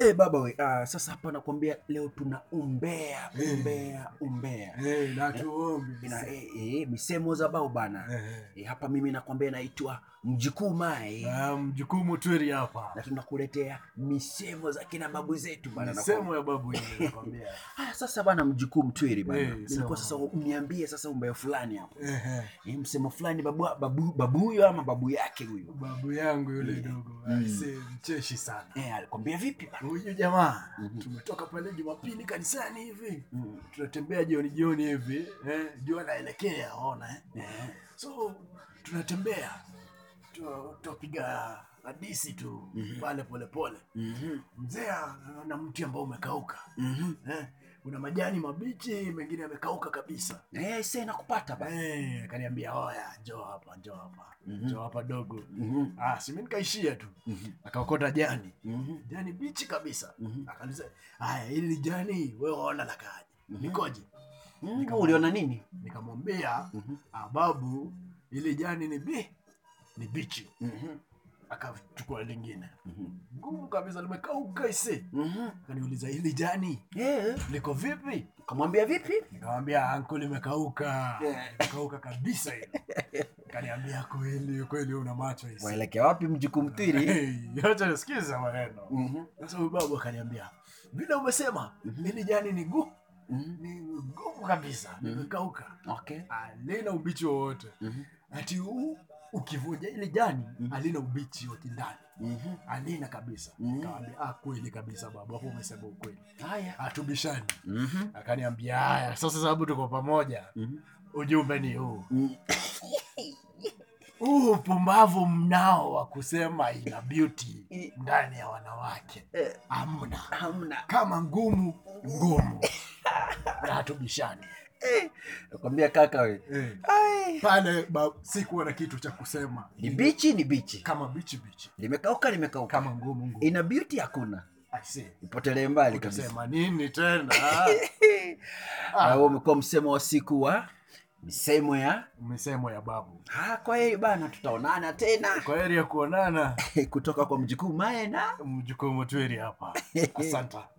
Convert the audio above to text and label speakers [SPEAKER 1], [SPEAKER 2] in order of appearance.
[SPEAKER 1] Eh, baba we, ah, sasa hapa nakwambia leo tuna umbea umbea umbea
[SPEAKER 2] Eh, na tuombe.
[SPEAKER 1] Ina- eh, eh, misemo za bao bana
[SPEAKER 2] Eh,
[SPEAKER 1] eh, hapa mimi nakwambia naitwa mjukuu mae
[SPEAKER 2] ah, mjukumu tweri hapa
[SPEAKER 1] na tunakuletea misemo za kina babu zetu bana
[SPEAKER 2] misemo ya babu yenu, nakwambia.
[SPEAKER 1] Ah, sasa bana mjukuu mtwiri bana
[SPEAKER 2] Eh,
[SPEAKER 1] nilikuwa
[SPEAKER 2] sawa.
[SPEAKER 1] sasa uniambie sasa umbea fulani hapo
[SPEAKER 2] Eh, eh,
[SPEAKER 1] eh, msemo fulani babu babu babu huyo ama babu yake huyo
[SPEAKER 2] babu yangu yule
[SPEAKER 1] Eh.
[SPEAKER 2] dogo
[SPEAKER 1] Mm.
[SPEAKER 2] aisee, mcheshi sana
[SPEAKER 1] eh, alikwambia vipi bana
[SPEAKER 2] huyu jamaa
[SPEAKER 1] Mhm.
[SPEAKER 2] tumetoka pale jumapili kanisani hivi
[SPEAKER 1] Mm,
[SPEAKER 2] tunatembea jioni jioni hivi eh, jua naelekea ona eh.
[SPEAKER 1] eh,
[SPEAKER 2] so tunatembea tu- tunapiga hadisi tu
[SPEAKER 1] Mhm.
[SPEAKER 2] pale polepole
[SPEAKER 1] mhm,
[SPEAKER 2] mzee anaona mti ambao umekauka
[SPEAKER 1] mhm.
[SPEAKER 2] eh, una majani mabichi mengine yamekauka kabisa
[SPEAKER 1] Eh, sasa nakupata bana
[SPEAKER 2] Eh, akaniambia oya njoo hapa njoo hapa
[SPEAKER 1] Mhm.
[SPEAKER 2] njoo hapa dogo
[SPEAKER 1] Mhm,
[SPEAKER 2] ah, si mimi nikaishia tu
[SPEAKER 1] mhm,
[SPEAKER 2] akaokota jani
[SPEAKER 1] mhm,
[SPEAKER 2] jani bichi kabisa
[SPEAKER 1] mhm.
[SPEAKER 2] akaniza haya hili jani wewe waona lakaje
[SPEAKER 1] Mhm.
[SPEAKER 2] nikoje
[SPEAKER 1] Mm, uliona nini
[SPEAKER 2] nikamwambia
[SPEAKER 1] Mhm,
[SPEAKER 2] "Ah, babu hili jani ni bi ni bichi
[SPEAKER 1] mhm,
[SPEAKER 2] akachukua lingine
[SPEAKER 1] mhm,
[SPEAKER 2] ngumu kabisa limekauka ise
[SPEAKER 1] mhm.
[SPEAKER 2] akaniuliza hili jani
[SPEAKER 1] Eh,
[SPEAKER 2] liko vipi
[SPEAKER 1] ukamwambia vipi
[SPEAKER 2] nikamwambia anko limekauka
[SPEAKER 1] Yeah.
[SPEAKER 2] limekauka kabisa hilo kaniambia kweli kweli una macho ise
[SPEAKER 1] waelekea wapi mjukuu mtwiri
[SPEAKER 2] Hey, acha nisikize maneno.
[SPEAKER 1] Mhm,
[SPEAKER 2] Sasa huyu babu akaniambia vile umesema
[SPEAKER 1] Mhm.
[SPEAKER 2] hili jani ni gu
[SPEAKER 1] mhm.
[SPEAKER 2] ni gumu kabisa,
[SPEAKER 1] Mhm.
[SPEAKER 2] limekauka
[SPEAKER 1] okay
[SPEAKER 2] halina ubichi wowote,
[SPEAKER 1] Mhm,
[SPEAKER 2] ati huu ukivuja ile jani
[SPEAKER 1] Mhm.
[SPEAKER 2] halina ubichi wote ndani,
[SPEAKER 1] mhm.
[SPEAKER 2] halina kabisa.
[SPEAKER 1] Mhm.
[SPEAKER 2] Nikamwambia ah, kweli kabisa babu, hapo umesema ukweli,
[SPEAKER 1] haya
[SPEAKER 2] hatubishani.
[SPEAKER 1] Mhm,
[SPEAKER 2] Akaniambia haya, sasa sababu tuko pamoja,
[SPEAKER 1] mhm,
[SPEAKER 2] ujumbe ni huu
[SPEAKER 1] mhm.
[SPEAKER 2] huu upumbavu mnao wa kusema ina beauty
[SPEAKER 1] I-
[SPEAKER 2] ndani ya wanawake
[SPEAKER 1] Eh,
[SPEAKER 2] hamna.
[SPEAKER 1] hamna
[SPEAKER 2] kama ngumu ngumu na hatubishani Eh.
[SPEAKER 1] Eh, nakwambia kaka we Ai.
[SPEAKER 2] pale ba- sikuwa na kitu cha kusema
[SPEAKER 1] ni bichi ni bichi
[SPEAKER 2] kama bichi bichi
[SPEAKER 1] limekauka limekauka
[SPEAKER 2] kama ngumu ngumu
[SPEAKER 1] ina beauty hakuna
[SPEAKER 2] I see.
[SPEAKER 1] ipotelee mbali kabisa
[SPEAKER 2] utasema nini tena
[SPEAKER 1] Na
[SPEAKER 2] Ah,
[SPEAKER 1] huo umekuwa msemo wa siku wa misemo ya
[SPEAKER 2] misemo ya babu
[SPEAKER 1] Ah, kwa heri bana tutaonana tena
[SPEAKER 2] kwa heri ya kuonana
[SPEAKER 1] kutoka kwa mjukuu maena
[SPEAKER 2] mjukumu tweri hapa asanta